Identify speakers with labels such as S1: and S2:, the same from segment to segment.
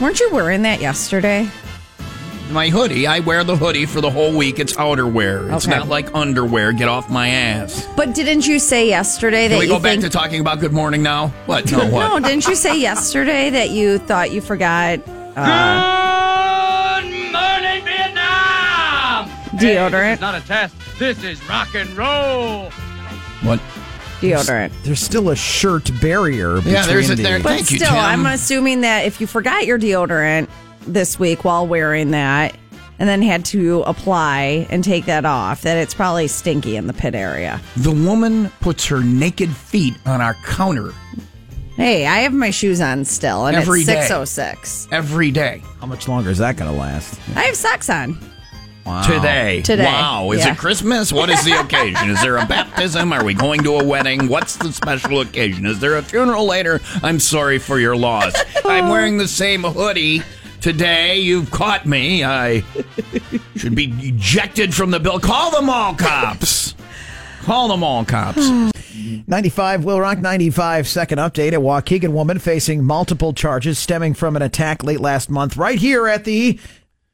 S1: Weren't you wearing that yesterday?
S2: my hoodie. I wear the hoodie for the whole week. It's outerwear. It's
S1: Okay.
S2: not like underwear. Get off my ass.
S1: But didn't you say yesterday that
S2: Can we
S1: you
S2: go back
S1: think
S2: to talking about Good Morning now? What? No, what?
S1: No, didn't you say yesterday that you thought you forgot uh,
S3: Good morning, Vietnam!
S1: deodorant?
S3: Not a test. This is rock and roll.
S2: What?
S1: Deodorant.
S4: there's still a shirt barrier between
S2: Yeah, there's a-
S4: the-
S2: there-
S1: But
S2: Thank you,
S1: still,
S2: Tim.
S1: I'm assuming that if you forgot your deodorant this week while wearing that and then had to apply and take that off, that it's probably stinky in the pit area.
S2: The woman puts her naked feet on our counter
S1: Hey, I have my shoes on still and
S2: Every
S1: it's
S2: day.
S1: 606.
S2: every day.
S4: how much longer is that going to last?
S1: I have socks on.
S4: Wow.
S2: Today.
S1: Today.
S2: Wow. Is
S1: Yeah.
S2: it Christmas? What is the occasion? Is there a baptism? Are we going to a wedding? What's the special occasion? Is there a funeral later? I'm sorry for your loss. I'm wearing the same hoodie today. You've caught me. I should be ejected from the bill. Call them all cops. Call them all cops.
S4: 95 Will Rock 95 second update. A Waukegan woman facing multiple charges stemming from an attack late last month right here at the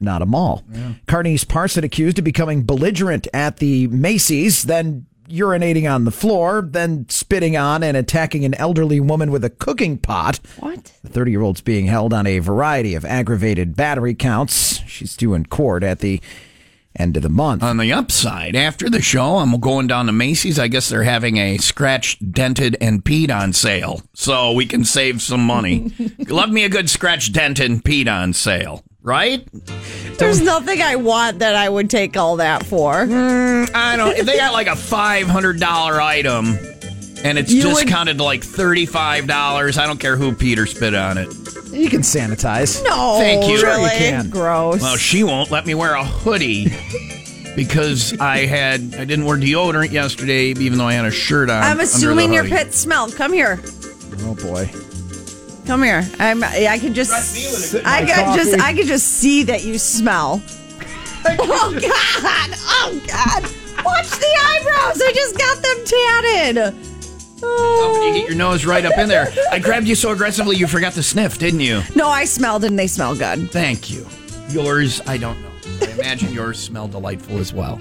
S4: not a mall. Carney's parson accused of becoming belligerent at the Macy's, then urinating on the floor, then spitting on and attacking an elderly woman with a cooking pot.
S1: What?
S4: The 30 year old's being held on a variety of aggravated battery counts. She's due in court at the end of the month.
S2: On the upside, after the show, I'm going down to Macy's. I guess they're having a scratched, dented, and peed on sale, so we can save some money. Love me a good scratch, dented, and peed on sale, right?
S1: There's nothing I want that I would take all that for.
S2: I don't. If they got like a five hundred dollar item, and it's
S1: You would-
S2: discounted to like thirty five dollars, I don't care who Peter spit on it.
S4: you can sanitize.
S1: No,
S2: Thank you. Sure
S1: Really?
S2: you
S4: can.
S1: Gross.
S2: Well, she won't let me wear a hoodie. Because I had I didn't wear deodorant yesterday, even though I had a shirt on.
S1: I'm
S2: under the
S1: assuming your
S2: hoodie.
S1: pit smelled. Come here.
S4: Oh boy.
S1: Come here. I'm. I could just. I could
S4: coffee.
S1: just. I could just see that you smell. oh God! Oh God! Watch the eyebrows. I just got them tatted.
S2: Oh, you
S1: Oh.
S2: get your nose right up in there. I grabbed you so aggressively you forgot to sniff, didn't you?
S1: No, I smelled and they smell good.
S2: Thank you. Yours, I don't know. I imagine yours smell delightful as well.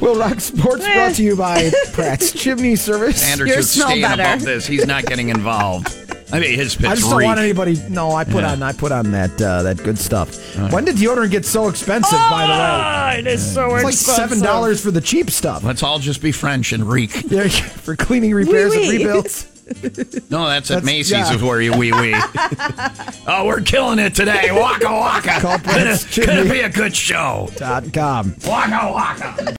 S4: Will Rock Sports brought to you by Pratt's Chimney Service.
S2: Anders
S1: Yours
S2: is
S1: smell
S2: staying
S1: better.
S2: above this. He's not getting involved. I mean, his pits
S4: I just don't
S2: reek.
S4: want anybody. No, I put on. I put on that uh, that good stuff. When did deodorant get so expensive? by the
S2: Oh,
S4: way,
S1: Ah, it is so
S4: it's like seven dollars for the cheap stuff.
S2: Let's all just be French and reek.
S4: Yeah, for cleaning, repairs,
S1: Oui, oui.
S4: and rebuilds.
S2: No, that's, at
S4: That's-
S2: Macy's
S4: yeah.
S2: is where you wee wee. oh, we're killing it today. Waka waka.
S4: Call Brett's
S2: Gonna, gonna
S4: Chimney.
S2: be a good show.
S4: Dot com.
S2: Waka waka.